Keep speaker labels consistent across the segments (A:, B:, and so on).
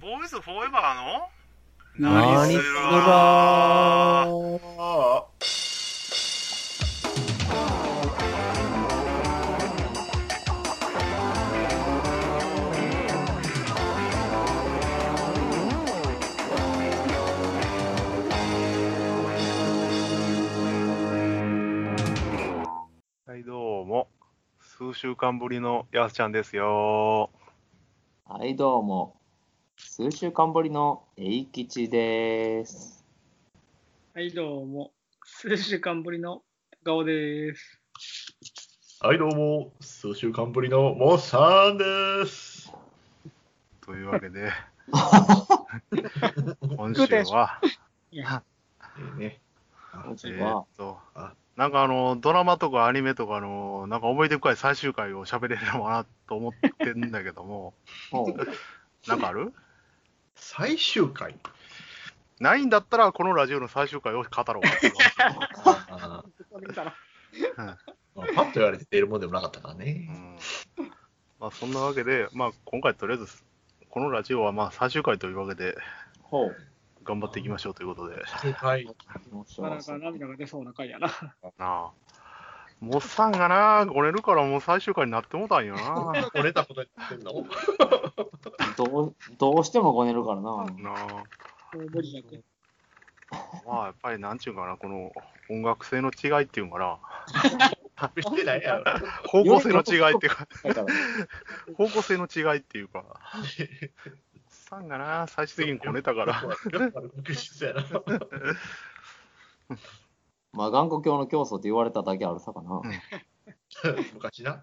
A: ボーイズフォーエバーの
B: 何するば
C: あはい、どうも。数週間ぶりのやすちゃんですよ。
D: はい、どうも。数週間ぶりの栄吉です。
E: はい、どうも。数週間ぶりの高尾です。
C: はい、どうも。数週間ぶりのモッサンです。というわけ で、今週は、
E: いや、
B: ね。
D: こち
A: え
D: ら
A: ー
D: は
A: っと
C: あ、
A: なんかあの、ドラマとかアニメとかの、なんか思い出深い最終回を喋れるのかなと思ってんだけども、
D: もう
A: なんかある
B: 最終回。
A: ないんだったら、このラジオの最終回を語ろう。
B: あ
E: 見たら
B: ーまあパッと言われて出るもんでもなかったから
A: う
B: ね。
A: んまあ、そんなわけで、まあ、今回とりあえず、このラジオはまあ最終回というわけで、
D: ほう。
A: 頑張っていきましょうということで、
B: 正解。
D: もうしょう
E: なか
D: がな
E: ないか涙が出そうな回やな。
A: なあ。モッサンがな、ごねるからもう最終回になってもたん よな。
B: これたこと言ってんの
D: どうどうしてもごねるから
A: なあ。
D: な。
E: もう無理だけ。
A: まあ、やっぱりなんちゅうんかな、この音楽性の違いっていうんかな、
B: 食してないやろ。
A: 方向性の違いっていうか、
D: だから、
A: 方向性の違いっていうか、さんがな、最終的にこねたから、
B: 翌日やな。
D: まあ、頑固教の教祖って言われただけあるさかな。
B: 昔な。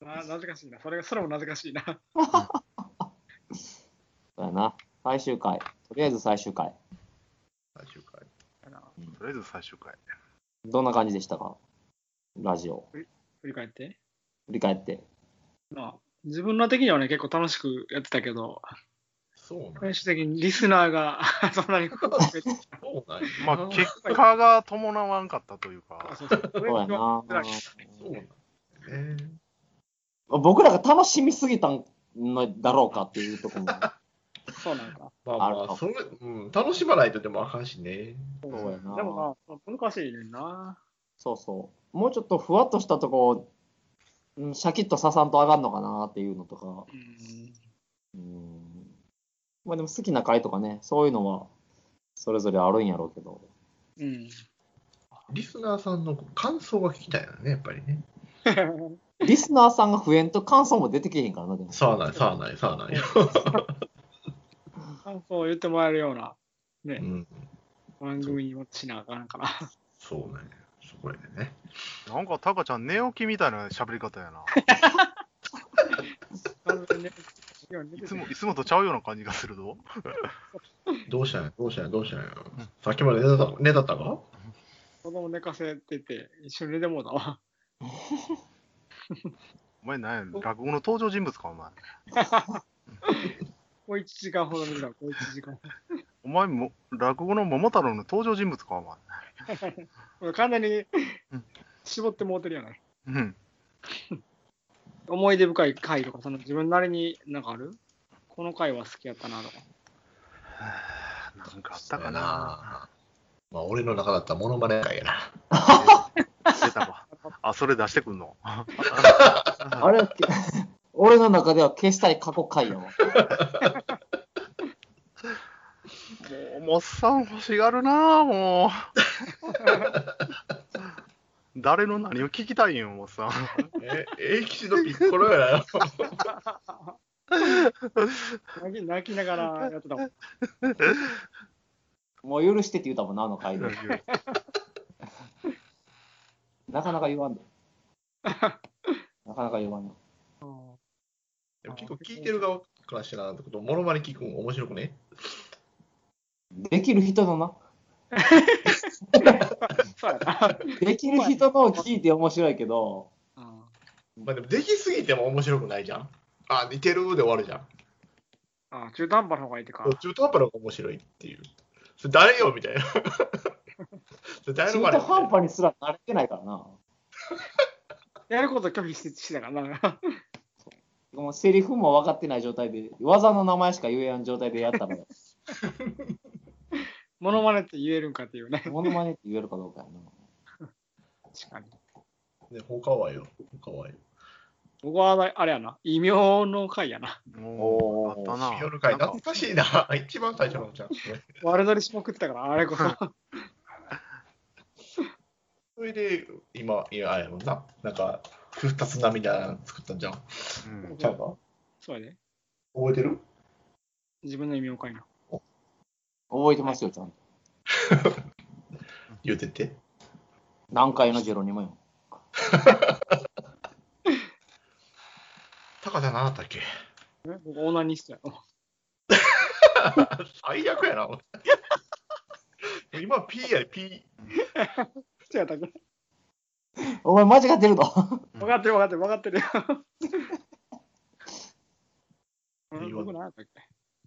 E: な、なぜかしいな。それが、それもなぜかしいな。
D: そうやな。最終回。とりあえず最終回。
B: 最終回。
A: とりあえず最終回。
D: どんな感じでしたかラジオ。
E: 振り返って。
D: 振り返って。
E: まあ、自分ら的にはね、結構楽しくやってたけど、
B: そうなん
E: 最終的にリスナーがそんなに増えてきた
B: そうなんや
A: まあ、結果が伴わんかったという
E: あ
A: か、
E: そうそう
D: そうやな。
B: そうなんやね。
D: 僕らが楽しみすぎたんのだろうかっていうところも。
E: そうなんか。
B: まあ
D: あ
B: ま
D: る
B: あ、それ、うん、楽しまないとでもあかんしね。
D: そうやな。
E: でもまあ、難しいねんな。
D: そうそう。もうちょっとふわっとしたとこ、うんシャキッとささんと上がるのかなっていうのとか。
E: うん。
D: うん。まあでも好きな回とかね、そういうのはそれぞれあるんやろうけど。
E: うん。
B: リスナーさんの感想が聞きたいよね、やっぱりね。
D: リスナーさんが不縁と感想も出てけへんからな、でも。
B: さあない、さあない、さあない。
E: 感想を言ってもらえるような
B: う
E: ね、
B: ん、
E: 番組にもしなあかんから。
B: そうね。そこやね。
A: なんかタカちゃん、寝起きみたいな喋り方やな、
E: 完全にね授業に出
A: い
E: て
A: つ
E: て
A: もいつもとちゃうような感じがするぞ。
B: どうしたんや、どうしたんや、どうしたんや。さっきまで寝た寝たったか
E: 子供寝かせてて、一緒に寝てもうだわ。
A: お前、なんや、落語の登場人物か、お前。
E: もう1時間ほど寝た、もう1時間。
A: お前も、落語の桃太郎の登場人物か、お前。
E: もう完全に
A: うん
E: 絞ってもうてるやない。
A: うん。
E: 思い出深い回とか、その自分なりになんかあるこの回は好きやったなとか。
A: なんかあったか
B: そうや
A: な。
B: まあ、俺の中だったらモノマネ会やな。
A: 出た わ。あ、それ出してくんの。
D: あれ、け 俺の中では消したい過去回やわ。
A: もう、もっさん欲しがるなあもう。誰の何を聞きたいんよ、もっさん。
B: え、永吉のピッコロや な。
E: 泣き泣きながらやってたもん。
D: もう許してって言うたもんな、あの回で。なかなか言わんで。なかなか言わんよ。
B: でも結構聞いてる側からしたら、ことモノマネ聞くの面白くね。
D: できる人のな。
E: そうやな。
D: できる人のを聞いて面白いけど、
E: うん
B: まあでも、できすぎても面白くないじゃん。あ、似てるで終わるじゃん。
E: あ中途半端の方がいいってか。
B: 中途半端の方が面白いっていう。それ誰よみ たいな。それ誰
D: 中
B: の
D: 途半
B: に。
D: 端にすら慣れてないからな。
E: やること拒否してしてたからな。
D: もうセリフも分かってない状態で、技の名前しか言えやん状態でやったら、
E: モノマネって言えるんかっていうね。
D: モノマネって言えるかどうかやな。
E: 確かに。
C: で、他はよ。他はよ。
E: 僕はあれやな、異名の回やな。
A: おー、
D: おー
A: あったな。
B: 夜会
A: なんか
B: 懐かしいな。 一番最初のじゃん。
E: 悪乗りしまくってたから、あれこそ。
B: それで、今、いや、あれもんな。なんか、ふたつなみたいなの作ったんじゃん。
A: うん
B: ちゃうか
E: そうやで。
B: 覚えてる
E: 自分の異名かいな。
D: 覚えてますよ、ちゃんと。
B: 言うてって。
D: 何回のジェロにもよ。
B: 高田何だったっけ
E: え僕、オーナニス トやろ。
B: 最悪やな、俺今、P やで、P。
E: そうやったっけ
D: お前間違ってると。
E: 分かってる分かってる分かってるよ。うん
B: いいわ
E: 僕何やったっけ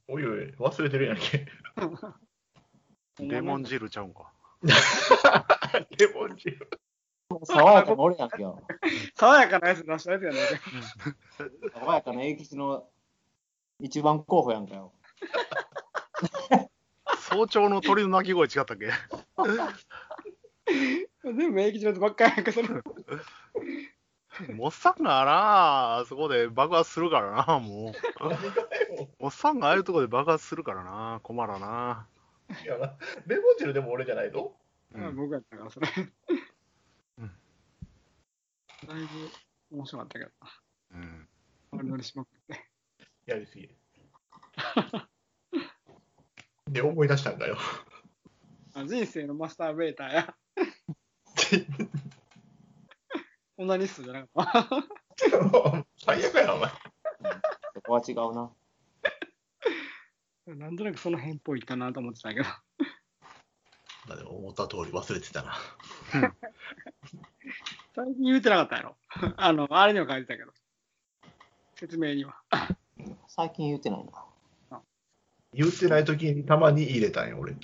B: おいおい、忘れてるやんけ。
A: レモン汁ちゃうんか。
B: レモン汁。
D: 爽やかな俺やんけよ。
E: 爽やかなやつ出したやつやねんけ。
D: 爽やかな永吉の一番候補やんかよ。
A: 早朝の鳥の鳴き声違ったっけ
E: 全部免疫上手ばっかりやんか、それ。
A: もっさんがな、あそこで爆発するからな、もう。おっさんがああいうとこで爆発するからな、困らな。
B: いやなレモン汁でも俺じゃないぞ。
A: うん
E: うん 僕やったから、それ。
A: うん
E: だいぶ面白かったけど、
A: うん
E: 悪乗りしまくって。
B: やりすぎ。で、思い出したんだよ。
E: あ人生のマスターベーターや。オナニストじゃなかった。
B: 最悪やな、お前。
D: そこは違うな。
E: なんとなくその辺っぽいかなと思ってたけど。
B: まあでも思った通り忘れてたな。
E: 最近言うてなかったやろ。 あの、あれには書いてたけど。説明には。
D: 最近言ってないな。
B: 言ってない時にたまに入れたんよ、俺。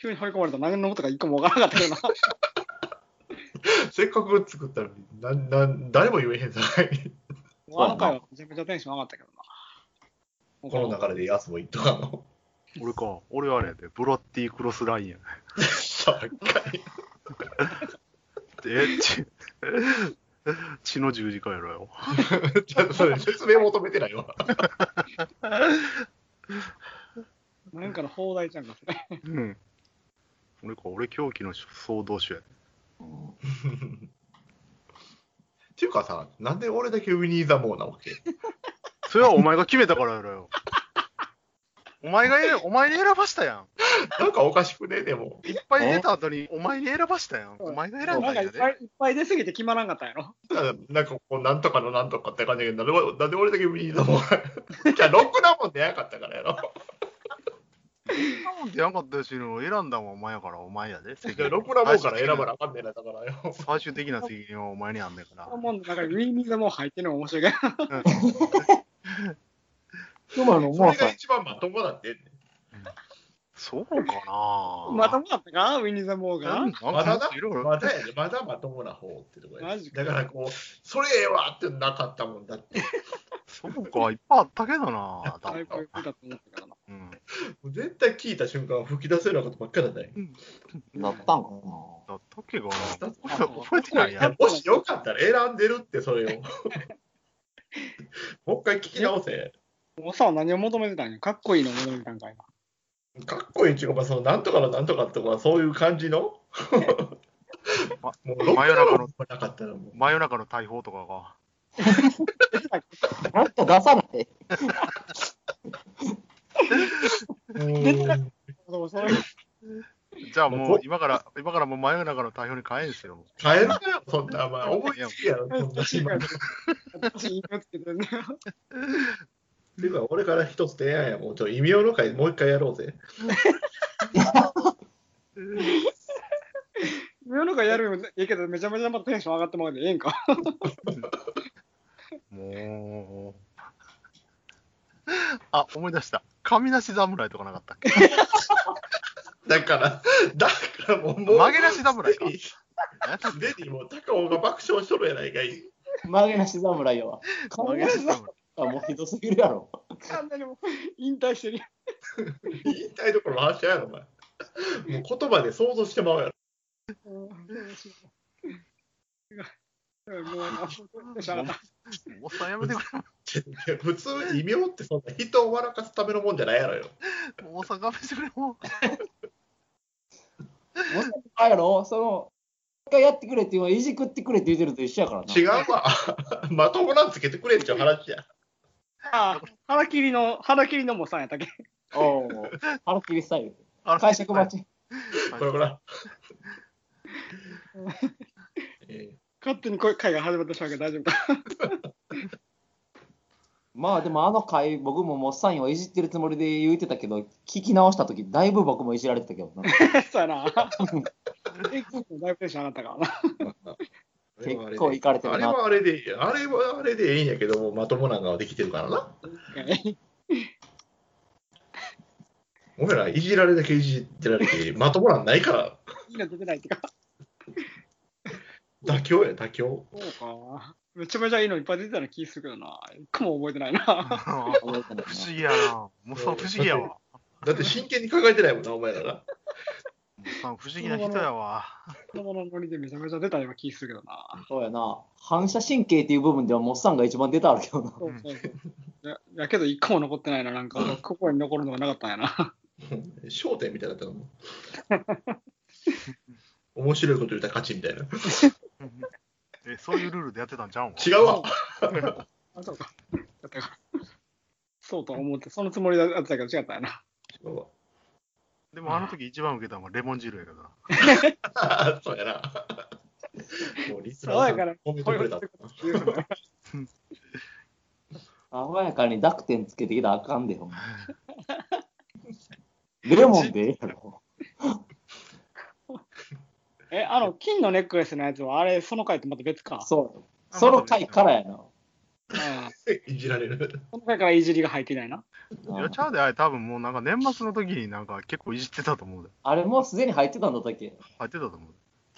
E: 急に掘り込まれたら何のことか一個もわからなかったけ どな。
B: せっかく作ったのに、なんなん誰も言えへんさかい。
E: あの回はめちゃめちゃテンション上がったけどな。
B: この流れでやつも言っとかんの。
A: 俺か、俺はあれやで、ブロッティクロスラインや。
B: さっかい。
A: え、ち、血の十字架やろよ。
B: ちゃんとそれ説明求めてないわ。
E: なんかの放題ちゃんかそれ。
A: うん。俺か、俺狂気の総動手やで。
B: っていうかさ、なんで俺だけウィニー・ザ・モーなわけ
A: それはお前が決めたからやろよ。お前がえ、お前に選ばしたやん。
B: なんかおかしくねでも。
A: いっぱい出た後に、お前に選ばしたやん。お前が選んだ
E: なん
A: ん
E: かい
A: や
E: っ
A: で。
E: ぱいいっぱい出すぎて決まらんかったんやろ。
B: なんかこう、なんとかのなんとかって感じだけど、なんでなんで俺だけウィニー・ザ・モー じゃあ、ロックなもん出なかったからやろ。
A: そんなもん出なかったしの、選んだんはお前やから、お前やで。責
B: じゃあ、
A: 任
B: ロックなもんから選ばなあかんねんな、だからよ。
A: 最終的な責任はお前にあんねんか
E: このもんの中にウィーミーがもう入ってるのが面白いけど。
A: ら。
D: でもあの、
B: そ
D: もう
B: れ
D: さ
B: が、一番まともだって。
A: そうかな
E: まともだったかウィニーザモー
A: な
E: が
A: ん。かもっといろいろ
B: まだやで、まだまともな方ってとこや
E: マ
B: で
E: ジ。か
B: だからこう、それええわってなかったもんだって。
A: そうか、いっぱいあったけ どなだ
E: だいぶ良かったと思ったけどな。
A: うん。
B: もう絶対聞いた瞬間、吹き出せるようなことばっかりだったよ
D: だったんか
A: だったっけかな
B: だっ
A: 覚えてない
B: い
A: や
B: や。もしよかったら選んでるって、それを。もう一回聞き直せ。
E: もうさ、何を求めてたんや。かっこいいのを求めてたんかいな。
B: かっこいいっていうか、まあ、そのなんとかのなんとかとか、そういう感じ の。
A: ま
B: もう
A: 真夜中の
B: ロックなかったらもう。
A: 真夜中の大砲とかが。
D: な。なんか出さない。
E: そうそういう
A: じゃあもう今から、今からもう真夜中の大砲に変えんすよ。
B: 変えるなよ、そんな、お前、思いつきやろ、そんな
E: 難しい
B: 暇
E: か
B: な
E: ら。私、言いつけてね。
B: っていうか、俺から一つ提案や、もうちょ、異名の会、もう一回やろうぜ。
E: 世の中やるよりもいいけど、めちゃめちゃまたテンション上がってもらうでええんか。
A: もう。あ、思い出した。神無し侍とかなかったっけ
B: だから、だからもう、もう
A: 曲げなし侍か。
B: すでにもう、高尾が爆笑しとるやないかい。
D: 曲げなし侍やわ。
A: 曲げなし侍
D: あ、もうひどすぎるやろ。
E: 完全にもう引退してるやん
B: 言いたいところの話やろ、お前。もう言葉で想像してまうやろ。
E: うんうんもうあもうしゃあない
A: おっさんやめてく
B: いや普通、異名ってそんな人を笑かすためのもんじゃないやろよ。
A: れ。もうおっさん勘弁してくれ。 もう
D: もうあやろ、その、一回やってくれって言うのはいじくってくれって言ってるのと一緒やからな。
B: 違うわ。 まともなんつけてくれっちゃう話や。
E: あ腹切りの腹切りのもさんやったっけ
D: おうおう。腹切りスタイル。
A: あ
D: 解釈待ち。
B: これ ほら。え
E: 勝手にこういう会が始まってしまうけど大丈夫か
D: まあでもあの回、僕ももうサインをいじってるつもりで言うてたけど、聞き直したとき、だいぶ僕もいじられてたけどな。
E: そうやな。え、結構だいぶテンション上がったからな。
B: えあれはあれ
D: 結構イカれてる
B: であれ
D: な
B: はあれで、あれはあれでいいんやけども、まともなんかはできてるからな。俺らいじられだけいじってら れて、まともなんないから、
E: いいの出てないってか。
B: 妥協や、妥協。
E: そうか。めちゃめちゃいいのいっぱい出てたような気するけどな。一個も覚えてないな。
A: 不
D: 覚えてな
A: 思
D: いな
A: 議やな。もうさん不思議やわ。
B: だって真剣に考えてないもんな、お前らが。
A: もうさん不思議な人やわ。
E: 子供のノリでめちゃめちゃ出たような気するけどな。
D: そうやな。反射神経っていう部分ではモッサンが一番出たあるけどな。
E: そうそうそう。ややけど一個も残ってないな。なんか、ここに残るのがなかったんやな。
B: 焦点みたいだった のもん。面白いこと言うたら勝ちみたいな。
A: え、そういうルールでやってたんちゃうん
B: 違うわ。
E: あ、そうか。だったから。そうとは思って、そのつもりだったけど違ったんや な。
B: 違うわ。
A: でもあの時一番受けたのはレモン汁やからな。
B: そう やな。もうリスナ
E: 爽
B: ー
E: や
B: さ
E: か
B: ん
E: な
B: 褒めてくれたもんな。
E: 言うのね
D: 爽やかに濁点つけてきたらあかんで、ほんま。レモンでええやろ。
E: え、あの、金のネックレスのやつは、あれ、その回とまた別か。
D: そう。その回からやな。
E: うん。そ
B: いじられる。
E: の回からいじりが入ってないな。
A: いや、ちゃうで、あれ多分もうなんか年末の時になんか結構いじってたと思うで。
D: あれもうすでに入ってたんだったっけ
A: 入ってたと思う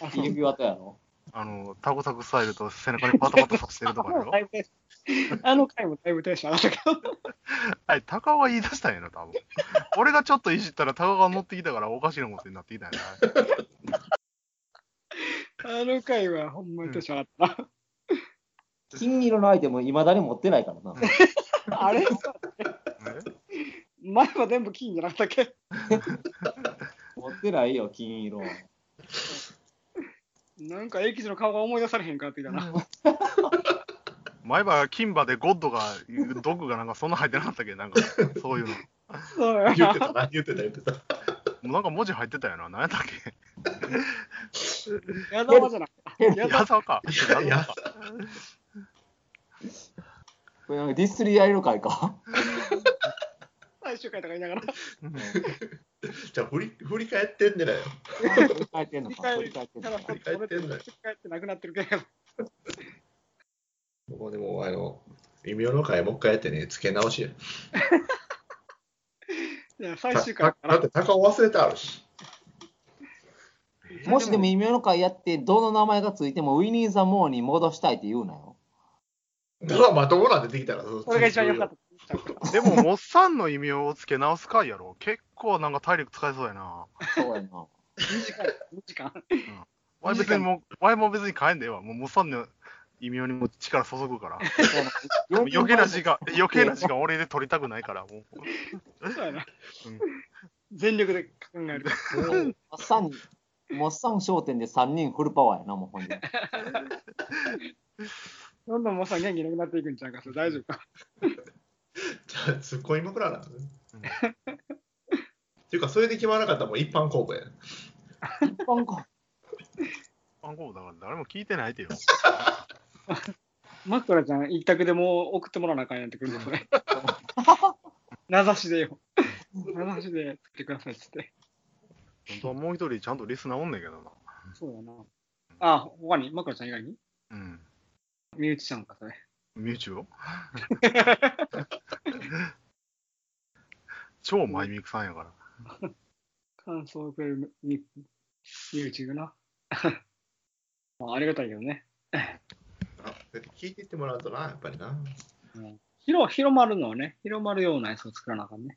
A: で。
E: あそう
D: 指輪とやろ。
A: あの、タコサクスタイルと背中にパタパタさせてる とかや
E: もう
A: ろ
E: だ。いぶテンションあの回もだいぶテンション上がったけど。
A: あれ、高尾が言い出したんやな、多分。俺がちょっといじったら高尾が乗ってきたからおかしなことになってきたんやな。
E: あの回はほんまにテンション上がったな。
D: 金色のアイテム、いまだに持ってないからな。
E: あれ
A: え
E: 前は全部金じゃなかったっけ
D: 持ってないよ、金色は。
E: なんか英吉の顔が思い出されへんからってきたな。
A: 前歯、金馬でゴッドが、毒がなんかそんな入ってなかったっけなんか、そういうの。も
E: そうや
B: 言っ てたな、言ってた、言ってた。
A: うなんか文字入ってたよな。何やったっけ
E: 矢沢じゃなくて。矢沢
A: 矢沢か。
B: いや
A: 矢沢か。
D: これなんかディスりやれる回か。
E: 最終回とか言いながら。
A: うん
B: じゃあ振り、振り返ってんねらよ。
D: 振り返ってんのか、振り返ってんのか
E: 振。り返ってんのよ振り返ってなくなってるけど。
B: もうでも、あの、微妙の回もう一回やってね、付け直しや。
E: いや最終回
B: だ
E: か
B: だっ
E: ら。
B: て、高尾忘れてあるし。
D: もしでも異名の会やって、どの名前がついてもウィニー・ザ・モーに戻したいって言うなよ。
B: だからまともなんでできたら、そ。
E: それが一番良かったたと思っちゃうか
A: でも、モッサンの異名を付け直す回やろ。結構なんか体力使えそうやな。
D: そう
E: ら。
D: やな。
E: 2時間。2時間。
A: わい別にもう、わいも別に変えんでええわ。もうモッサンの異名にも力注ぐから。もう 余計な時間、余計な時間俺で取りたくないから、もう。
E: そうやな
A: うん。
E: 全力で考える。
D: もっさん、もっさん商店で3人フルパワーやな、もうほんで。
E: どんどんもうさ、元気なくなっていくんちゃうか。それ大丈夫か。
B: じゃあ、ツッコミ枕なんだね。
A: うん
B: っていうか、それで決まらなかったらもう一般公募や。
D: 一般か。
A: 番号だから誰も聞いてないてよ。
E: 枕ちゃん一択でもう送ってもらわなあかんやってくるんで、それ。名指しでよ。名指しで作ってくださいっつって。
A: 本当はもう一人ちゃんとリスナーおんねんけどな。
E: そうだな。あ、他に枕ちゃん以外に
A: うん。
E: 身内ちゃんか、それ。
A: 身内 を超マイミクさんやから。
E: 感想をくれる身身内がな。 まあ、ありがたいけどね。
B: あ聞いていってもらうとな、やっぱりな。
E: 広、広まるのはね、広まるようなやつを作らなあかんね。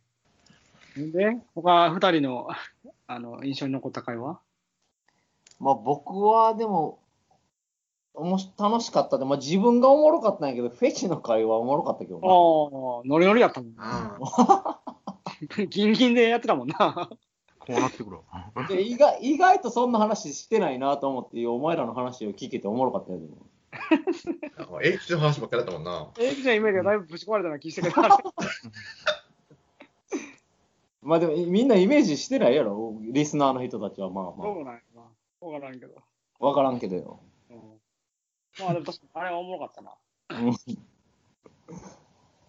E: で、他二人の、あの、印象に残った会話
D: まあ僕はでも、おもし楽しかったで、まあ自分がおもろかったんやけど、フェチの会話おもろかったけど
E: ああ
D: な、
E: ノリノリやったもん。
B: あ
E: ギンギンでやってたもんな。
A: こうなってくるわ。
D: で意外。意外とそんな話してないなと思って、お前らの話を聞けておもろかったよ、でも。
B: あエイチの話ばっかりだったもんな。
E: エイジのイメージがだいぶぶち壊れたな気 してくれた。
D: まあでもみんなイメージしてないやろ、リスナーの人たちはまあま
E: そうなんやな。わからんけど。
D: あ。わからんけどよ。
E: うんまあでも確かにあれはおもろかったな。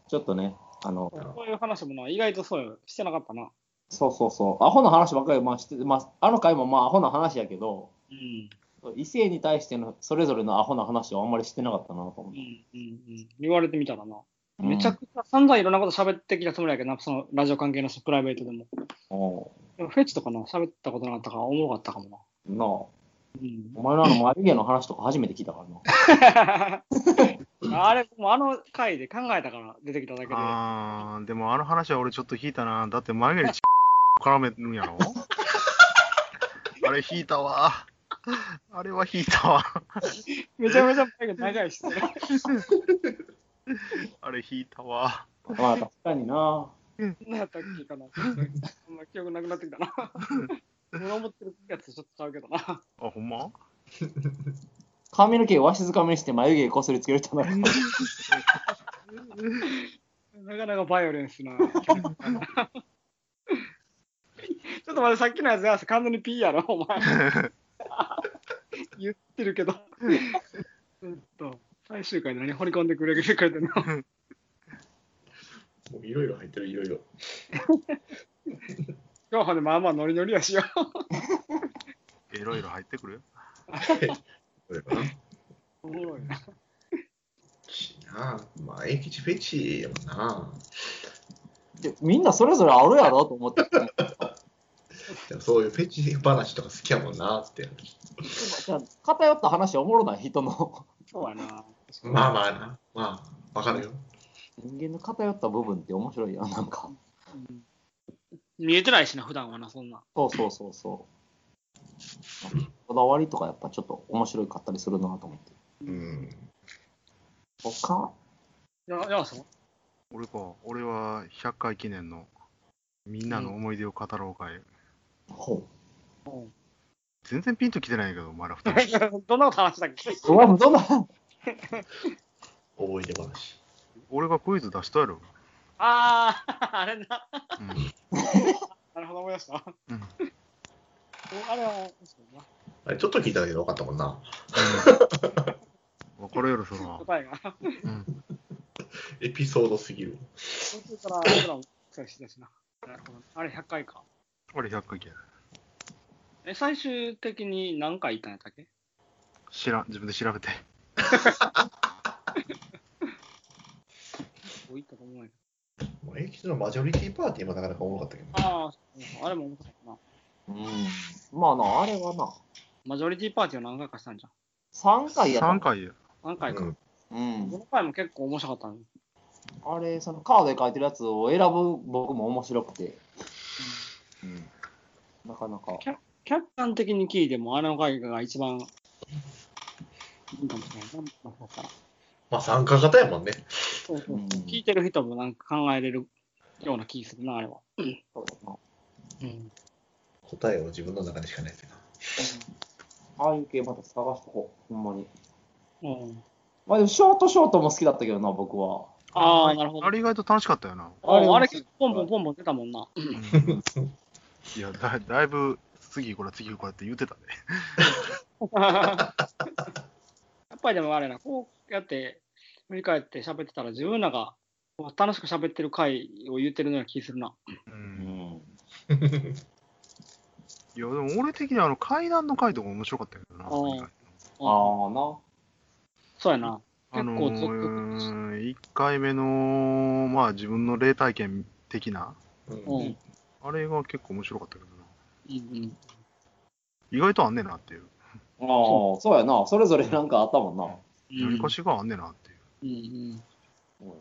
D: ちょっとね、あの、
E: そういう話もな、意外とそうよ。してなかったな。
D: そうそうそう、アホな話ばっかり、まあしてまあ、あの回もまあアホな話やけど、
E: うん。
D: 異性に対してのそれぞれのアホな話はあんまりしてなかったなと
E: うん
D: 思っ
E: う
D: て。
E: んうん。言われてみたらな。
D: うん
E: めちゃくちゃ散々いろんなこと喋ってきたつもりやけどな、そのラジオ関係の人プライベートでも。
D: お
E: でもフェチとかな、喋ったことなかったから、おもろかったかもな。
D: うなあ。
E: うん
D: お前らの眉毛の話とか初めて聞いたからな。
E: あれ、もうあの回で考えたから出てきただけで。
A: あー、でもあの話は俺ちょっと引いたな。だって眉毛に絡めるんや ろあれ引いたわ。あれは引いたわ。
E: めちゃめちゃ前が長いし、ね、
A: あれ引いたわ。
D: まあ確かにな。
E: 何やったっけか な。あんま記憶なくなってき たな。俺思ってるやつとちょっとちゃうけどな。
A: あ、ほんま
D: 髪の毛をわしづかみにして眉毛こすりつける人なの
E: なかなかバイオレンス な。ちょっと待って、さっきのやつや、完全に P やろ、お 前。言ってるけど。ずっと、最終回で何掘り込んでくれてくれてん の
B: もういろいろ入ってる、いろいろ。
E: 今日はね、まあまあノリノリやしよ。
A: いろいろ入ってくる
B: これかな。
E: おもろいな。
B: しなあまあ、エイチフェチやもんな。
D: で みんなそれぞれあるやろと思って。
B: でもそういうフェチ話とか好きやもんなって。
D: 偏った話おもろない人の
E: そうやな。
B: まあまあな。まあ、わかるよ。
D: 人間の偏った部分って面白いやん、なんか。
E: うん見えてないしな、普段はな、そんな。
D: そうそうそうそう。こだわりとかやっぱちょっと面白かったりするなと思って。
B: うん。
D: 他
E: いや、いや、そう。
A: 俺か。俺は100回記念のみんなの思い出を語ろう会。
D: ほ
A: 全然ピンときてないけど、お前ら二人。
E: どんなこと話したっけ
D: う。うわ、どんな
B: 思い出話。
A: 俺がクイズ出したや ろ。
E: ああ、 あれな。
A: うん。
E: なるほど、思い出した。
A: うん
E: あれは、そうな
B: あれ、ちょっと聞いただけで分かったもんな。
A: わかるやろ、そら。
E: 答えが。
A: うん。
B: エピソードすぎる。
E: 途中から僕らもそうしてたしな。なるほど。あれ100回か。
A: あれ100回記念。
E: え、最終的に何回行ったんやったっけ
A: 知らん。自分で調べて。
E: こう行ったと思うんやけ
B: もうエイチのマジョリティパーティーもなかなかおもろかったけど
E: ど。ああ、そうあれも面白かったな。
D: うん。まあな、あれはな、
E: マジョリティパーティーを何回かしたんじゃん。
D: 3回やった。
A: 3回や。
E: 何回か。
B: う
E: こ
B: ん
D: うん。
E: の回も結構面白かったん
D: あれ、そのカードで書いてるやつを選ぶ僕も面白くて、なかなか。
E: 客観的に聞いても、あれの回が一番いいかもしれないな。もしかしたら
B: まあ、参加型やもんね。
E: そうそう
D: うん
E: 聞いてる人もなんか考えれるような気するな、あれは。
D: そうだな
E: うん。
B: 答えを自分の中でしかないってな。
D: ああいう系また探しとこう、ほんまに。
E: うん、
D: まあでも、ショートショートも好きだったけどな、僕は。
E: ああ、なるほど
A: あ。れ意外と楽しかったよな。
E: あれ
D: あ
E: あ
D: れ
E: れ結構ポンポンポンポン出たもんな。
A: いや、だだいぶ、次これ、次これって言ってたね。
E: やっぱりでもあれな、こうやって振り返って喋ってたら自分らがこう楽しく喋ってる回を言ってるような気するな。
A: う。
D: うんん。
A: いや、でも俺的にあの階段の回とか面白かったけどな。
E: うん
A: 意外と
D: ああな。
E: そうやな。
A: あの
E: 結構ゾ
A: ー、1回目の、まあ自分の霊体験的な、
B: うん
E: うん。うん
A: あれが結構面白かったけどな。
E: うん。
A: 意外とあんねんなっていう。
D: ああ、そうやな。それぞれなんかあったもんな。
A: やりかしがあんねんなっていう。
E: うんうん
D: うん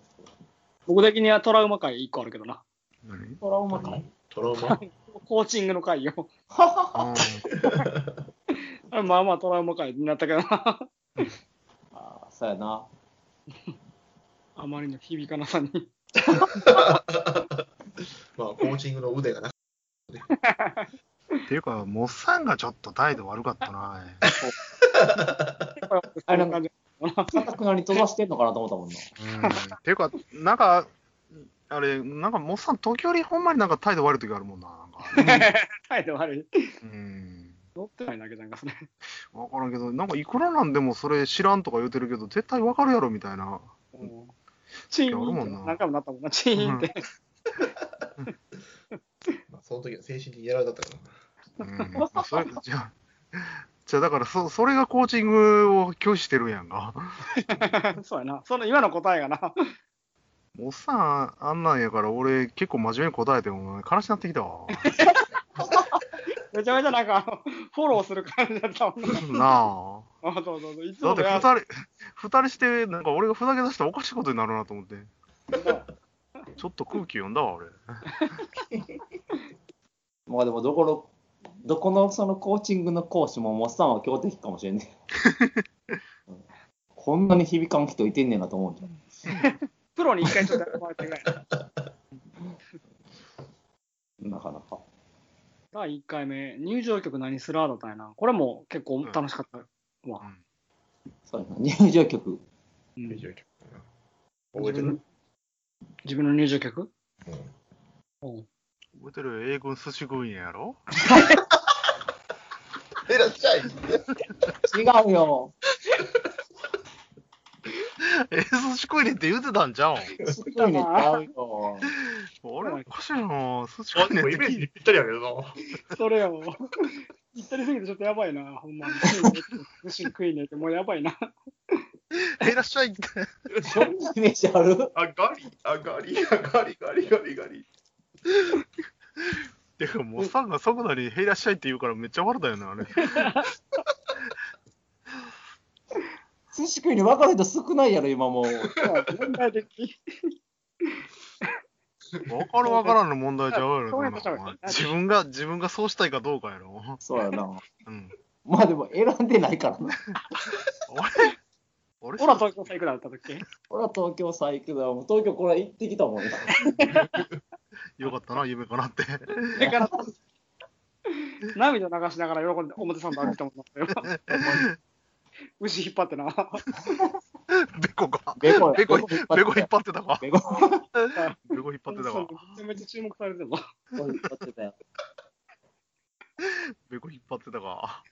E: 僕的にはトラウマ回1個あるけどな。
A: 何
D: トラウマか。
C: トラウマ
E: コーチングの回よ。
A: あー
E: あれまあまあトラウマ回になったけどな。
D: ああ、そうやな。
E: あまりの響かなさに。
C: まあ、コーチングの腕がな。
A: っていうか、モッサンがちょっと態度悪かったな。
E: そんな感じ
D: かたくなに飛ばしてんのかなと思っ たもんな。
A: うんっていうか、なんか、あれ、なんかモッサン、時折ほんまになんか態度悪い時あるもんな。なんか
E: 態度悪い。
A: うん。
E: 乗ってないだけじゃんか、それ。
A: わからんけど、なんかいくらなんでもそれ知らんとか言うてるけど、絶対わかるやろみたいな。
E: うんチーンって何回もなったもんな、チーンって。
C: まあ、その時は精神的にやられたから。
A: うん、それじゃあ、じゃあだからそ、それがコーチングを拒否してるやんか。
E: そうやな。その今の答えがな。
A: おっさん、あんなんやから、俺、結構真面目に答えて、お前、悲しなってきたわ。
E: めちゃめちゃなんか、あのフォローする感じだったもんな。
A: なあ。
E: あ、そうそうそう。いつ
A: だっ
E: も
A: て
E: や
A: 二人、二人して、なんか俺がふざけ出したらおかしいことになるなと思って。ちょっと空気読んだわ、俺。
D: まあでも、どこの、どこのそのコーチングの講師も、モッサンは強敵かもしれんね。 うんこんなに響かん人いてんねんなと思うじゃん。
E: プロに一回ちょっとやってもらってくれ。
D: なかなか。
E: 第1回目、入場曲何するあだったんやな。これも結構楽しかった。
D: そうやな。入場曲。
E: うん
C: 入場曲かな覚えてる
E: 自分の入場曲
A: 覚えてる英軍寿司軍やろ
C: えらっしゃい
D: 違うよ。
A: え、寿司食いねって言うてたんじゃうん。
D: すごいね、ちゃうよ。
A: 俺、おかしいな。寿司
B: あ
A: 食い
B: で
A: ねっ
B: も
A: て
B: イメー ジ
A: 聞い
B: にぴったりやけどな。
E: それよ。行ったりすぎてちょっとやばいな、ほんまに。寿司食いねって、もうやばいな。
A: て、いらっしゃいって。
D: そんなイメージある
B: あ、ガリ、あ、ガリ、あガリ、ガリ、ガリ、ガリ。
A: でも、おっさんがそこなり、へいらっしゃいって言うからめっちゃ悪だよな、あれ。
D: 寿司食いに分かる人少ないやろ、今もう。
E: 問題的。
A: わかるわからんの問題ちゃうやろ
E: そ
A: そ
E: うや
A: ん
E: そ
A: な
E: うやそうや
A: お前自分が、自分がそうしたいかどうかやろ。
D: そうやな。
A: うん。
D: まあでも選んでないからな。
A: 俺俺
E: ほら、東京さ、いくらだったっけ
D: 俺は東京最強だよ。もう東京これ行ってきたもんな。
A: よかったな、夢かなって。
E: だから、涙流しながら喜んで表参道歩いてたもんな。牛引っ張ってな。
A: ベコか。
D: ベコ、
A: ベコ、ベ
D: 引っ張
A: コ
D: っ
A: 引
D: て
A: っ張ってたか。
D: ベコ
A: ベ コ引っ張ってたか。
E: めちゃめちゃ注目されてたもん。
D: 引っ張ってたよ。
A: ベコ引っ張ってたか。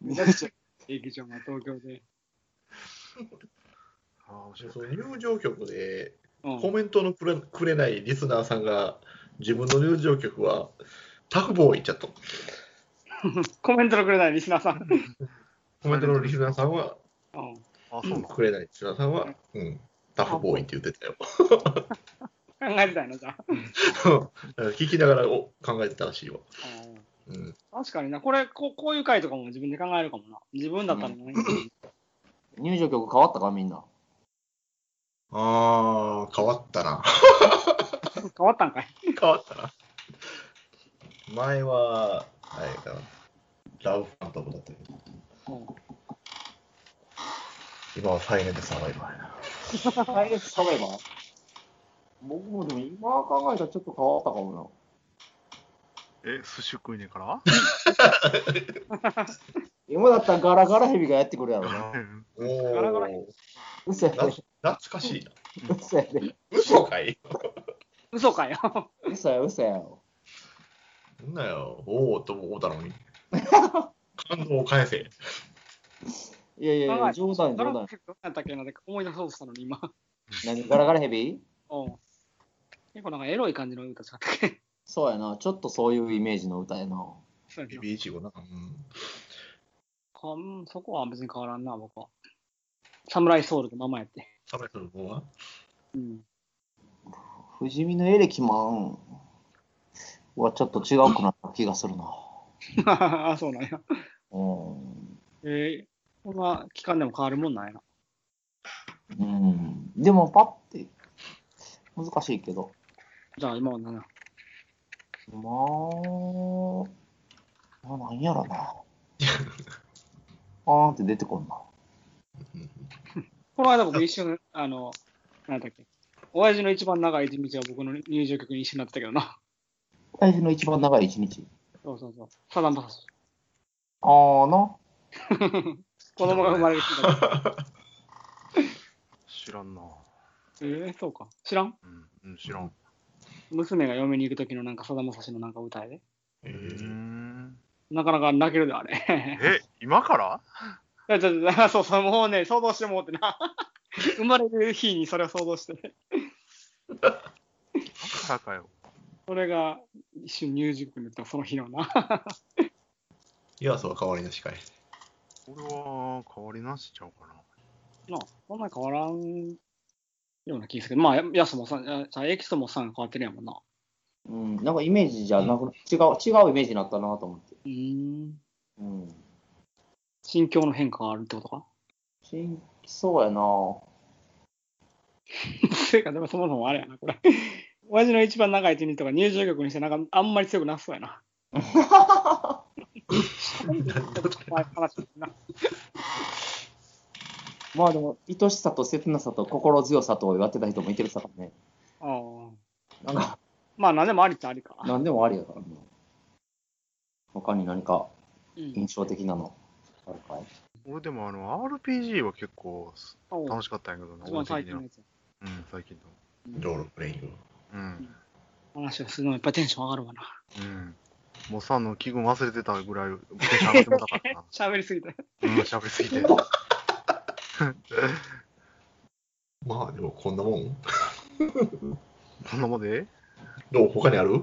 D: めちゃくちゃ。
E: 劇場が東京で。
A: ああ、面白い
C: その入場曲で
E: うん
C: コメントのくれくれないリスナーさんが自分の入場曲はタフボーイちゃっと
E: コメントのくれないリスナーさん。
C: コメントのリスナーさんは
E: うん
A: あ、そうなの
C: くれないリスナーさんは、うん、タフボーイって言ってたよ
E: 考えてたよな、じゃあ。
C: 聞きながらお考えてたらしいわ、
E: うん
C: うん、
E: 確かにな、これこう、こういう回とかも自分で考えるかもな。自分だったら何、
D: 入場曲変わったか、みんな。
C: あー変わったな
E: 変わったんかい。
C: 変わったな前はあれかなラブファントムだったけど今はサイレントサバイバーやな
D: サイレンスサバイバー僕もでも今考えたらちょっと変わったかも
A: え、寿司食いねえから
D: な。今だったらガラガラヘビがやってくるやろな。
A: うん
C: お
E: ガラガラ
C: お
D: 嘘やで。
C: 懐かしいな
D: 嘘やで。
C: 嘘かい
E: 嘘かよ。
D: 嘘や、嘘やろ。
C: なんだよ、おおと思ったの に。感動を返せ。
D: いやいやいや、冗談
E: ドラゴ
D: 冗
E: ン
D: 談。
E: ヘッドなんだっけなんだっけ思い出そうとしたのに今。
D: 何ガラガラヘビ
E: うん結構なんかエロい感じの歌使ったっけ。
D: そうやな。ちょっとそういうイメージの歌やな。
E: そうや
C: ビ
E: な
C: ビイチゴな。うん
E: かうんそこは別に変わらんな、僕は。サムライソウルのままやって。
C: 食べてるのは
E: うん。
D: 不死身のエレキマンはちょっと違うくなった気がするな。
E: あ、そうなんや。
D: うん。
E: えー、こんな期間でも変わるもんなんやな。
D: うん。でも、パッて、難しいけど。
E: じゃあ今はな。
D: まあ、まあ、なんやろ な。あーんって出てこんな。
E: この間僕一緒の、あの、なんだっけ。親父の一番長い一日は僕の入場曲に一緒になってたけどな。
D: 最初の一番長い一日。
E: そうそうそう。サザンパス。
D: あーな。
E: 子供が生まれる日だ。
A: 知らんな。
E: えー、そうか。知らん
A: うん、うん、知らん。
E: 娘が嫁に行く時のなんかさだまさしのなんか歌いで。
A: うーん
E: なかなか泣けるであれ。
A: え、今から
E: いやちょっとそうそう、もうね、想像してもうってな。 生まれる日にそれを想像して、
A: 今からかよ。
E: それが一瞬ミュージックになったその日のな。
B: いや、そうは変わりなしかい。
A: これは変わりなしちゃうかな。
E: なあ、そんな変わらんような気がするけど、まあ、ややすもさん、あじゃあエキスもさんが変わってるやもんな。
D: うん。なんかイメージじゃなく、違う、違うイメージになったなと思って。
E: うーん。
D: うん。
E: 心境の変化があるってことか
D: 新規そうやな。
E: せやか、でもそもそもあれやな、これ。 親父の一番長い一日とか入場曲にして、なんかあんまり強くなさそうや な。怖い話だな
D: まあでも、愛しさと切なさと心強さとやってた人もいてるさからね。
E: ああ
D: なんか、
E: まあ、何でもありっちゃありか。
D: なんでもありやからな。他に何か
E: うん
D: 印象的なのあるかい
A: 俺でもあの RPG は結構す
E: あおう
A: 楽しかったんやけどな、
E: 一番最近
A: 俺
E: の
A: 的
E: やつ。
A: にはうん、最近
B: ロールプレイング。
A: の。うん。
E: 話をするのやっぱりテンション上がるわな。。
A: うん。もうさんの気分忘れてたぐらい、テンション上がってもたからな
E: 喋りすぎて。
A: うん、喋りすぎて。
B: まあ、でもこんなもん。
A: そんなもんで
B: どう他にある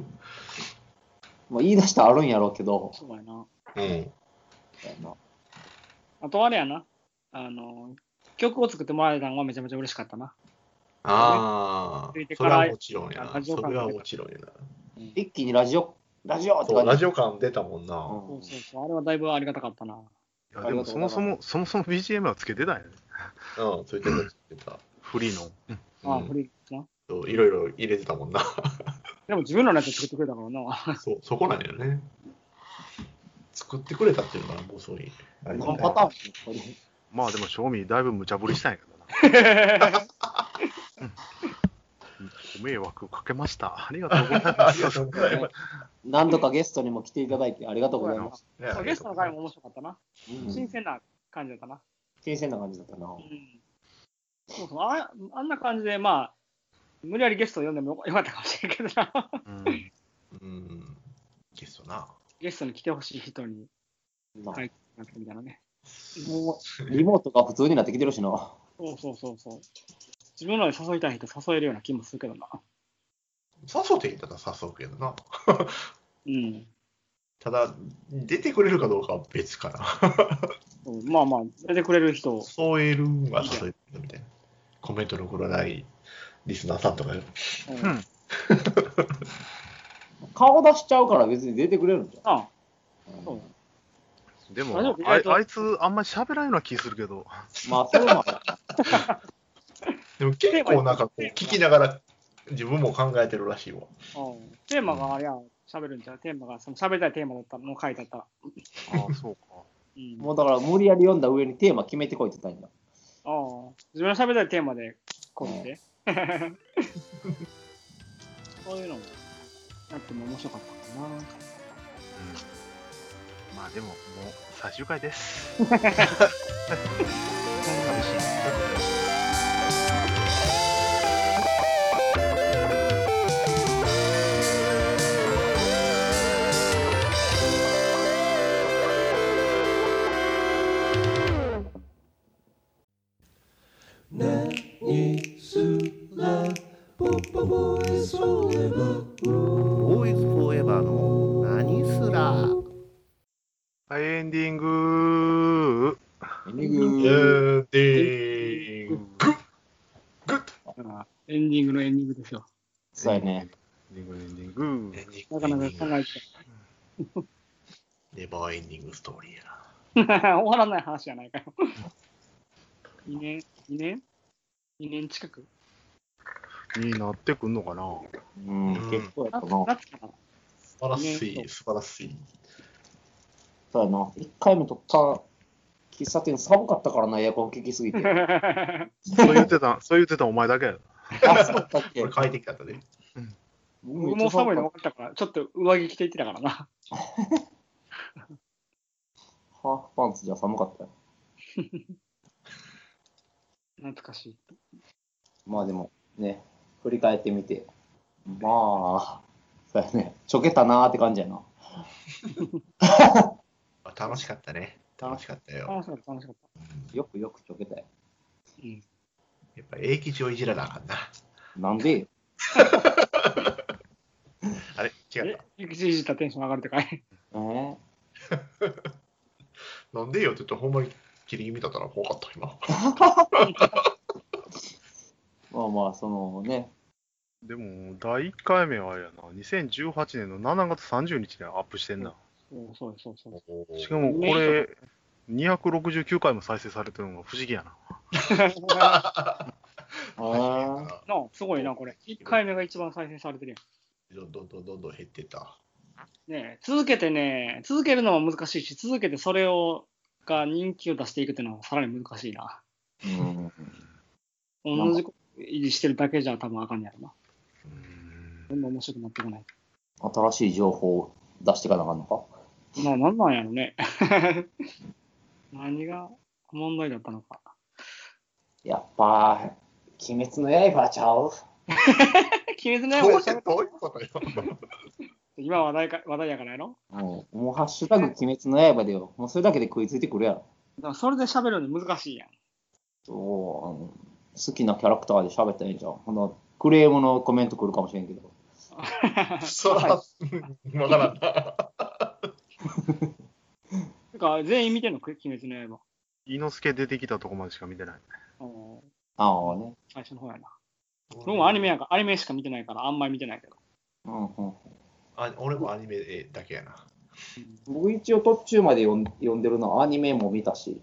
D: まあ言い出したらあるんやろうけど、
E: そうやな。
B: うん。
D: やな
E: あとあれやな。あの、曲を作ってもらえたのがめちゃめちゃ嬉しかったな。
B: ああ、それはもちろんやな。それはもちろんやな。
D: 一気にラジオ、ラジオと
B: そ
D: か
B: う、ラジオ感出たもんな。
E: そうそうそう。あれはだいぶありがたかったな。
A: いや、でもそもそも、そもそも BGM はつけてないよね。
B: うん、ついてた、ついてた。
A: フリーの。うん
E: ああ、
B: うん
E: 古いな。
B: そういろいろ入れてたも んな。
E: でも自分らのやつ作ってくれたからな。
B: そう、そこなんやね。作ってくれたっていうのが、もうそういう。ありが
D: この
B: たい
D: パターンやっぱり
A: まあでも、正味、だいぶ無茶ぶりしたんやけどな。 ご迷惑かけました。ありがとうございます。
B: ありがとうございま
D: 何度かゲストにも来ていただいてありがとうございます。
B: す。
E: そうゲストの回も面白かったな。
D: うん
E: 新鮮な感じだったな。
D: 新鮮な感じだったな
E: う。ん。そうそう。ああんな感じで、まあ、無理やりゲストを呼んでもよよかったかもしれんけどな。
A: うん
B: うん。ゲストな。
E: ゲストに来てほしい人に
D: な
E: はいなってみたいなね。
D: もうリモートが普通になってきてるしな。
E: そうそうそうそう。自分らで誘いたい人誘えるような気もするけどな。
B: 誘っていたら誘うけどな。
E: うん。
B: ただ、出てくれるかどうかは別かな。
E: うんまあまあ、出てくれる人、
B: 添えるんは誘えるみたいな。コメントの来ないリスナーさんとか、
E: うん
A: うん
E: な
D: 顔出しちゃうから別に出てくれるんじ
E: あ
D: ゃん。うん
E: そう
A: で
E: 大丈
A: も
E: 夫意
A: あ
E: 外
A: い、
E: と
A: あいつ、あんまり喋らんような気するけ ど、
D: まあ、それもある
B: でも結構なんかこう聞きながら自分も考えてるらしいわ。
E: うんテーマがあれやん、喋るんじゃん。テーマが、その喋りたいテーマだったの書いてあったら。
A: ああ、そうか。
E: うん、
D: もうだから無理やり読んだ上にテーマ決めてこいって言ったんだ。
E: ああ自分の喋りたいテーマでこうって。そういうのも、やっても面白かったかな。
A: うんまあでも、もう最終回です。
F: ボーイズフォーエバーの何すら
A: はい、エンディング
D: エンディン
B: え
D: グ
B: ー、でーん、グッグッ
E: だからエンディングのエンディングですよ。
D: そうやね。
A: エンディング、エンディング。
E: なかなか考えて
B: ネバーエンディングストーリーやな。
E: 終わらない話じゃないかよ。2年、2年 ?2 年近く
A: になってくんのか な
D: うん、
B: うん
D: 結構やっ
E: 夏
D: た
E: 夏か
D: な。
E: な
B: 素晴らし
E: ね
B: い、素晴らしい。
D: そうやな。一回も撮った喫茶店寒かったからな、エアコン効き すぎて。
A: そう言ってた、そう言ってたお前だけや。
D: あ、そうだったっけ
B: これ変えてきたんだね。
E: 僕も寒いの分かったから、ちょっと上着着ていってたからな。
D: ハーフパンツじゃ寒かったよ。
E: 懐かしい。
D: まあでも、ね、振り返ってみて、まあ、そうやね、ちょけたなーって感じやな。
B: あ楽しかったね。楽しかったよ。
E: 楽しかった、楽しかった。
D: よくよくちょけたよ。
E: うん、
B: やっぱ永吉をいじらなあかんな。
D: なんでよ。
B: あれ違
E: え、
B: っ
E: ゆきじじったテンション上がるってかい。
D: えー、
B: た。なんでよって言ってほんまに切り気味だったら怖かった今。
D: まあまあ、そのね、
A: でも、第1回目はあれやな、2018年の7月30日にアップしてんな。
E: そうそうそうそう。
A: しかもこれ、269回も再生されてるのが不思議やな。
D: えー、
E: なあすごいな、これ。1回目が一番再生されてる
B: どんどんどんどんどん減ってた。
E: やん。ねえ続けてね、続けるのも難しいし、続けてそれを、が人気を出していくっていうのはさらに難しいな。
D: うん、
E: 同じこと維持してるだけじゃ多分あかんやろな。
A: うん
E: どんどん面白くなってこない。
D: 新しい情報を出していかなあかんのか。
E: まあ、なんなんやろね。 何が問題だったのか。
D: やっぱ、鬼滅の刃ちゃう
E: 鬼滅
B: どう
E: の
B: い
E: 刃
B: うことよ。
E: 今話題か話題やからやろ
D: うんもうハッシュタグ鬼滅の刃でよ。もうそれだけで食いついてくるやろ。
E: だからそれで喋るの難しいやん。
D: そうあの好きなキャラクターで喋ったらいいじゃん。ほなクレームのコメント来るかもしれんけど。
B: そら、わからんな。
E: てか全員見てんの鬼滅の
A: 伊之助出てきたとこまでしか見てない。
E: 刃。うん
D: ああね。
E: 最初の方やな。僕もアニメやから、アニメしか見てないから、あんまり見てないけど。
D: うんうん、
B: あ俺もアニメだけやな。
D: 僕一応途中まで読ん読んでるのアニメも見たし。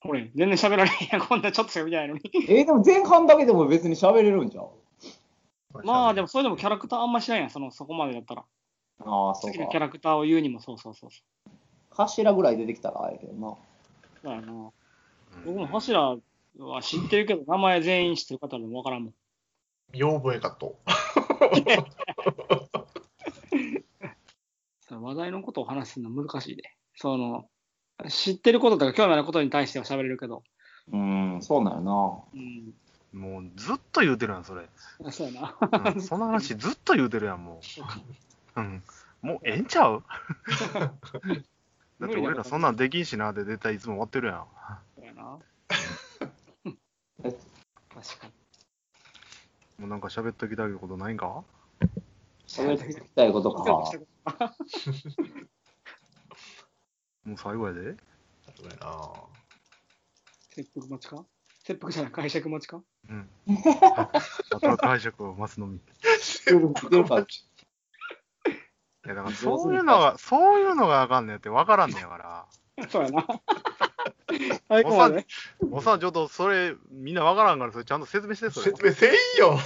E: これ、全然喋られへんやん。 こんなちょっとしか見てないのに。
D: えーでも前半だけでも別に喋れるんじゃん。
E: まあ、でも、それでもキャラクターあんましないやん。そのそこまでだったら。
D: ああ、そ
E: 好
D: う
E: きなキャ
D: か。
E: ラクターを言うにも、そうそうそうそ
D: 柱ぐらい出てきたらあれやけどな。
E: う。そうやな。
A: う
E: 僕
A: ん
E: も柱は知ってるけど、名前全員知ってる方でもわからんもん。
B: よう覚えかと。
E: その話題のことを話すの難しいで。その、知ってることとか興味あることに対しては喋れるけど。
D: うーん、そうなんよ
E: うん。
A: もうずっと言うてるやん、それ。
E: あそうやな。
A: うんその話ずっと言うてるやん、もう。うん。もうええんちゃうだって俺らそんなんできんしなで絶対いつも終わってるやん。
E: そう やな。
D: え
E: 確かに。
A: もうなんか喋っときたいことないんか
D: な。喋っていきたいこと
E: そう
D: か
E: そう。そう
A: もう最後やで。
B: そうやな。
E: 切腹待ちか切腹じゃない、解釈待ちか
A: うん。また解釈を待つのみ。い
D: 来てるから
A: やだからそういうのが、そういうのがあかんねんって分からんねんや から。
E: そうやな。最後
A: おさ
E: ま
A: ん
E: で。、
A: おさんちょっとそれみんな分からんからそれちゃんと説明してそれ。
B: 説明せんよ。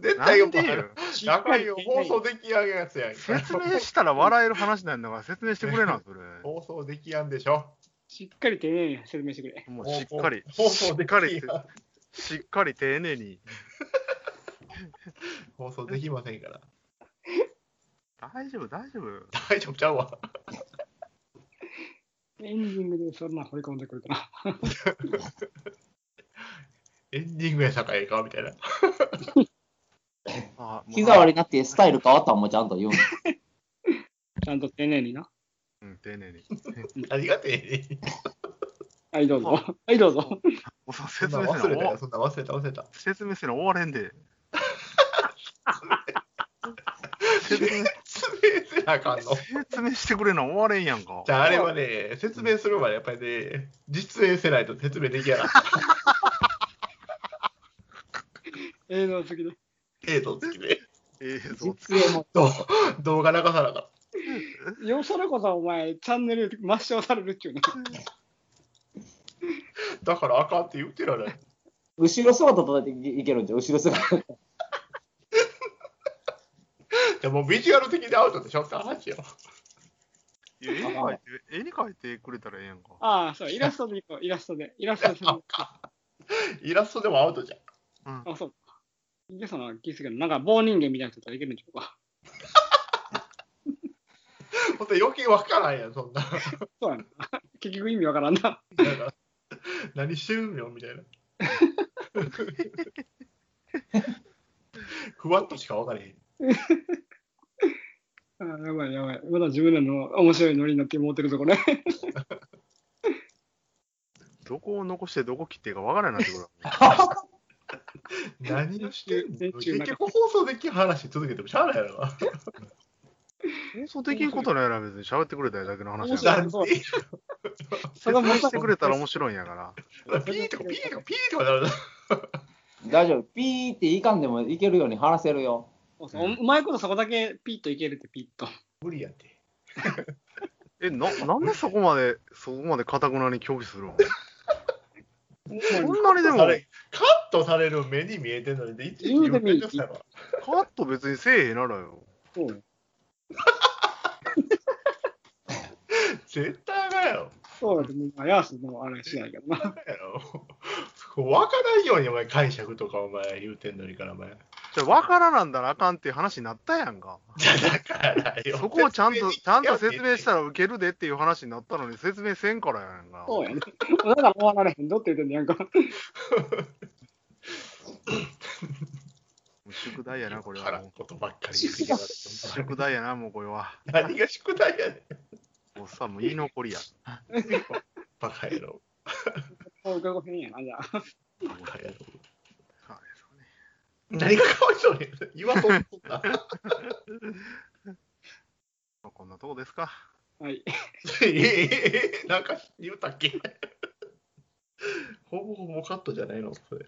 B: 絶対
A: な
B: よ
A: んでよ。
B: 仲いいよ、放送できやんやつやん。
A: 説明したら笑える話なんだから説明してくれな、 それ。
B: 放送できやんでしょ。
E: しっかり丁寧に説明してくれ。
A: もうしっかり、
B: 放
A: し
B: 送
A: っ
B: でき
A: かり
B: やん、
A: しっかり丁寧に。
B: 放送できませんから。
A: 大丈夫、大丈夫。
B: 大丈夫ちゃうわ。
E: エンディングでそんな掘り込んでくるか
B: エンディングやさかええかみたいな。
A: あもう
D: 膝割りになってスタイル変わったんもちゃんと言うの。
E: ら。ちゃんと丁寧にな。
A: うん、丁寧に。
B: 何が丁寧に。
E: はい、どうぞ。 はい、どうぞ。
A: おさん
B: そん
A: 説
B: な
A: 明
B: 忘
A: せ
B: れ
A: な
B: たよ。
A: お
B: そんな忘れた忘れた。
A: 説明せな終われん で。説明
B: 説明せなあかんの。
A: 説明してくれな終われんやんか
B: じ。ゃああれはね、説明するまでやっぱりね、実演せないと説明できやなかった。
E: 映像好きで。
B: 映像付きで。
A: ええ
D: 実演も。
B: ど動画流さなかっ
E: よそれこそお前、チャンネル 抹消されるっちゅうの。
B: だからあかんって言ってられん。
D: 後ろ姿叩いていけるんじゃう後ろ姿。
B: でもビジュアル的でアウトでしょって話よ。
A: いや絵に描いて、絵に描いてくれたらええやんか。
E: ああ、そう、イラストでいこう、イラストで。イラスト で。
B: イラストでもアウトじゃん。
E: あ、そう。いけそうな気するけど、なんか棒人間みたいな人だったらいけるんちゃうか。
B: ほんと余計わからんやん、そんな。
E: そうやな。 結局意味わからんな。
B: 何してるんよ、みた いな。ふわっとしかわからへん。
E: あーやばいやばい。まだ自分らの面白いノリになってもうてるぞ、これ。
A: どこを残してどこ切っていいかわからないところ。
B: 何をしてんの
E: 全中
B: 結局放送できん話続けてもしゃあないやろな。
A: 演奏できんことないなら別に喋ってくれただけの話
E: 面
A: やから。
E: 白い。そう
A: 説明してくれたら面白いんやから。
B: ピーとかピーとかピーとかなるな。
D: 大丈夫。ピーっていかんでもいけるように話せるよ。
E: そうそううまいことそこだけピッといけるって、ピッと。
B: 無理やって。
A: え、な、なんでそこまで、そこまでかたくなに拒否するのそんなにでも、
B: カ
A: カッ
B: ットされる目に見えてんのに、いちいち
E: 言うてみ
B: んどくさいわ
A: ト別にせえへんならよ。
E: そうよ
B: 絶対あかんやろ。
E: そうだと思う。まあヤースもあれしないけどな。
B: あかんやろわからんようにお前解釈とかお前言うてんのにからお前。
A: じゃあ、わからなんだらあかんっていう話になったやんか。
B: だからよ。。
A: そこをちゃんと、ちゃんと説明したたらウケるでっていう話になったのに、説明せんからやんか。
E: そうやね。だから終わられへんぞって言ってんのやんか。
A: 宿題やな、これ
B: から
A: は。
B: んことばっかり言ってきやがってお前
A: 宿題やな、もうこれは。
B: 何が宿題やねん。
A: おっさんも言い残りや。
B: バカ野郎。
E: そう動へんやな、じゃあ。
B: バカ野郎。何がかわいそうに言わそうと った。
A: まあこんなとこですか。
E: はい。
B: ええええなんか言うたっけほぼほぼカットじゃないのそれ。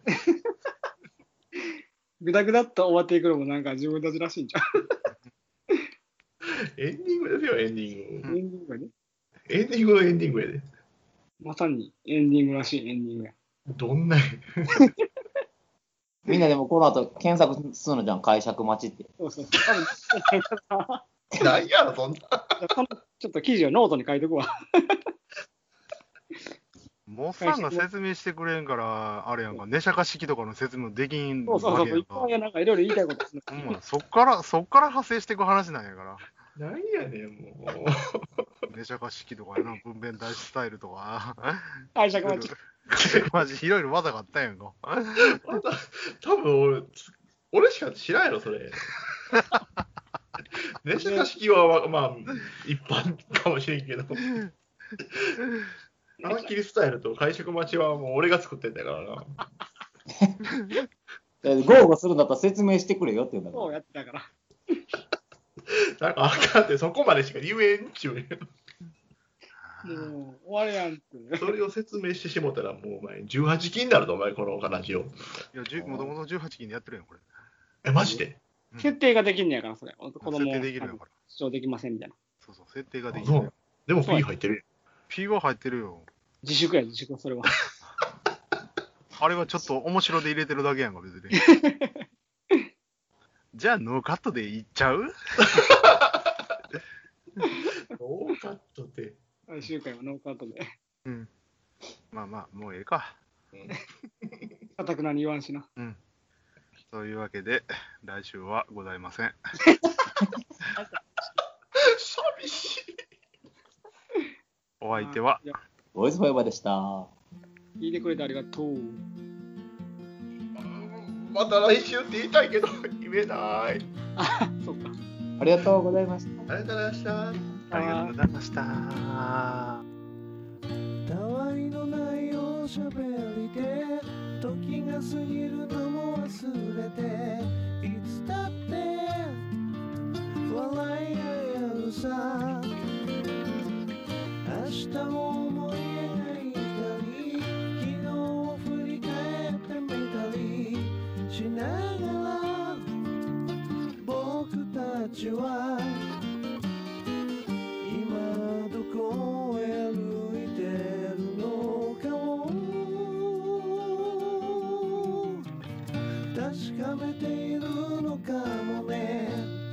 E: ぐだぐだっと終わっていくのもなんか自分たちらしいんじゃ
B: エンディングですよ、エンディン
E: う
B: グ。
E: ん。エンディングがね。
B: エンディングのエンディングやで。
E: まさにエンディングらしいエンディングや。
B: どんな、
D: みんなでもこの後検索するのじゃん。解釈待ちって。
E: そうそうそう。多分
B: 何やろ、そんな。
E: じゃあこのちょっと記事をノートに書いとくわ。
A: モッサンが説明してくれんから、あれやんか、寝釈迦式とかの説明できん
E: そうそう
A: わ
E: そう。
A: けや
E: い
A: ん
E: っぱ
A: か
E: い。なんかいろいろ言いたいことする。
A: ほんまやそっから、そっから派生していく話なんやから。
B: 何やねん、も
A: 寝釈迦式とかやな、分娩大スタイルとか。
E: 解
A: い
E: 釈
A: ろい
E: 待
A: ろ
E: ち。
A: マジ、いろいろ技があったやんか。
B: う。多分俺、俺しか知らんやろ、そ れ。ネシカ式は、まあ、一般かもしれんけど。あのキリスタイルと解釈待ちはもう俺が作ってんだからな。
D: え豪語するんだったら説明してくれよって言うんだか
E: そう
D: ら。
E: やってたから。
B: なんかあかんって、そこまでしか言えんちゅうねん
E: もう終われやんっていう。
B: それを説明してしもたら、もうお前、18禁になるぞ、お前、この話を。
A: いや、10もともと18期でやってるやん、これ。
B: え、マジで
E: 設定ができんねやから、それ。子供
A: 設定できるやんから。
E: 主張できませんみたいな。
A: そうそう、設定ができ
B: あそ
A: る
B: う。でも
E: そう
B: P 入ってる
A: P は入ってるよ。
E: 自粛や、自粛、それは。
A: あれはちょっと面白で入れてるだけやんか、別に。 じゃあ、ノーカットでいっちゃう
B: やん。ノーカットって。
E: 最終回はノーカットで。
A: まあまあ、もうええか。
E: かたくなに言わんしな。
A: というわけで、来週はございません。
B: 寂しい。
A: お相手は
E: あ。いや
D: ボイスファイバーでした。
E: 聞いてくれてありがとう。
B: また来週って言いたいけど、言えない。
E: あ、そっか。
D: ありがとうございました。
B: ありがとうございました。
A: ありがとうございました。
G: たわいのないおしゃべりで時が過ぎるのも忘れていつだって笑い合えるさ明日を思い描いたり昨日を振り返ってみたりしながら僕たちは確かめているのかもね